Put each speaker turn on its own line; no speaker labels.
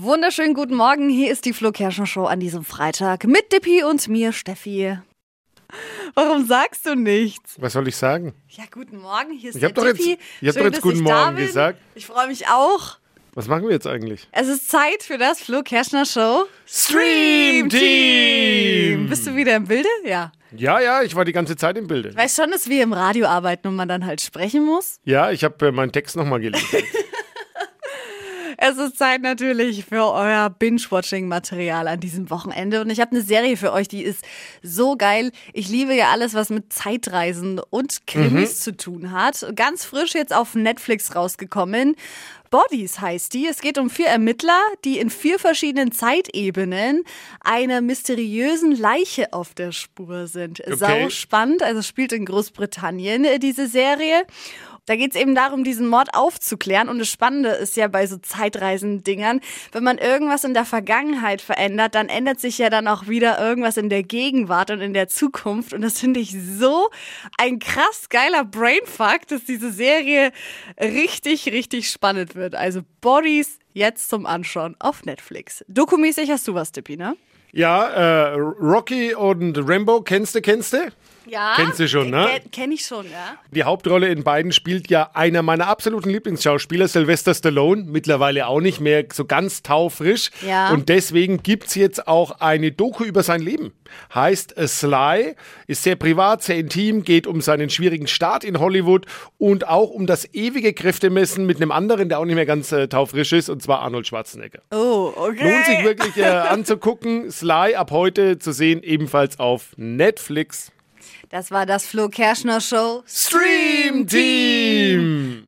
Wunderschönen guten Morgen. Hier ist die Flo Kerschner Show an diesem Freitag mit Dippi und mir, Steffi. Warum sagst du nichts?
Was soll ich sagen?
Ja, guten Morgen. Hier ist
Ich hab
der
doch jetzt-
Dippi.
ich hab
Schön,
doch jetzt
dass
guten
ich da
Morgen
bin.
gesagt.
Ich freue mich auch.
Was machen wir jetzt eigentlich?
Es ist Zeit für das Flo Kerschner Show
Stream Team!
Bist du wieder im Bilde? Ja.
Ja, ja, ich war die ganze Zeit im Bilde.
Weißt schon, dass wir im Radio arbeiten und man dann halt sprechen muss?
Ja, ich habe äh, meinen Text nochmal gelesen.
Es ist Zeit natürlich für euer Binge-Watching-Material an diesem Wochenende. Und ich habe eine Serie für euch, die ist so geil. Ich liebe ja alles, was mit Zeitreisen und Krimis zu tun hat. Ganz frisch jetzt auf Netflix rausgekommen. Bodies heißt die. Es geht um vier Ermittler, die in vier verschiedenen Zeitebenen einer mysteriösen Leiche auf der Spur sind. Sau
Okay.
spannend. Also es spielt in Großbritannien äh, diese Serie. Da geht es eben darum, diesen Mord aufzuklären. Und das Spannende ist ja bei so Zeitreisendingern, wenn man irgendwas in der Vergangenheit verändert, dann ändert sich ja dann auch wieder irgendwas in der Gegenwart und in der Zukunft. Und das finde ich so ein krass geiler Brainfuck, dass diese Serie richtig, richtig spannend wird. Also Bodies jetzt zum Anschauen auf Netflix. Dokumäßig hast du was, Dippi, ne?
ja, äh, Rocky und Rambo, kennst du, kennst du?
Ja.
Kennst du schon, ne?
Ken- Kenn ich schon, ja.
Die Hauptrolle in beiden spielt ja einer meiner absoluten Lieblingsschauspieler, Sylvester Stallone. Mittlerweile auch nicht mehr so ganz taufrisch.
Ja.
Und deswegen gibt's jetzt auch eine Doku über sein Leben. Heißt A Sly, ist sehr privat, sehr intim, geht um seinen schwierigen Start in Hollywood und auch um das ewige Kräftemessen mit einem anderen, der auch nicht mehr ganz äh, taufrisch ist, und zwar Arnold Schwarzenegger.
Oh, okay.
Lohnt sich wirklich äh, anzugucken. Sly ab heute zu sehen, ebenfalls auf Netflix.
Das war das Flo Kerschner Show.
Stream Team!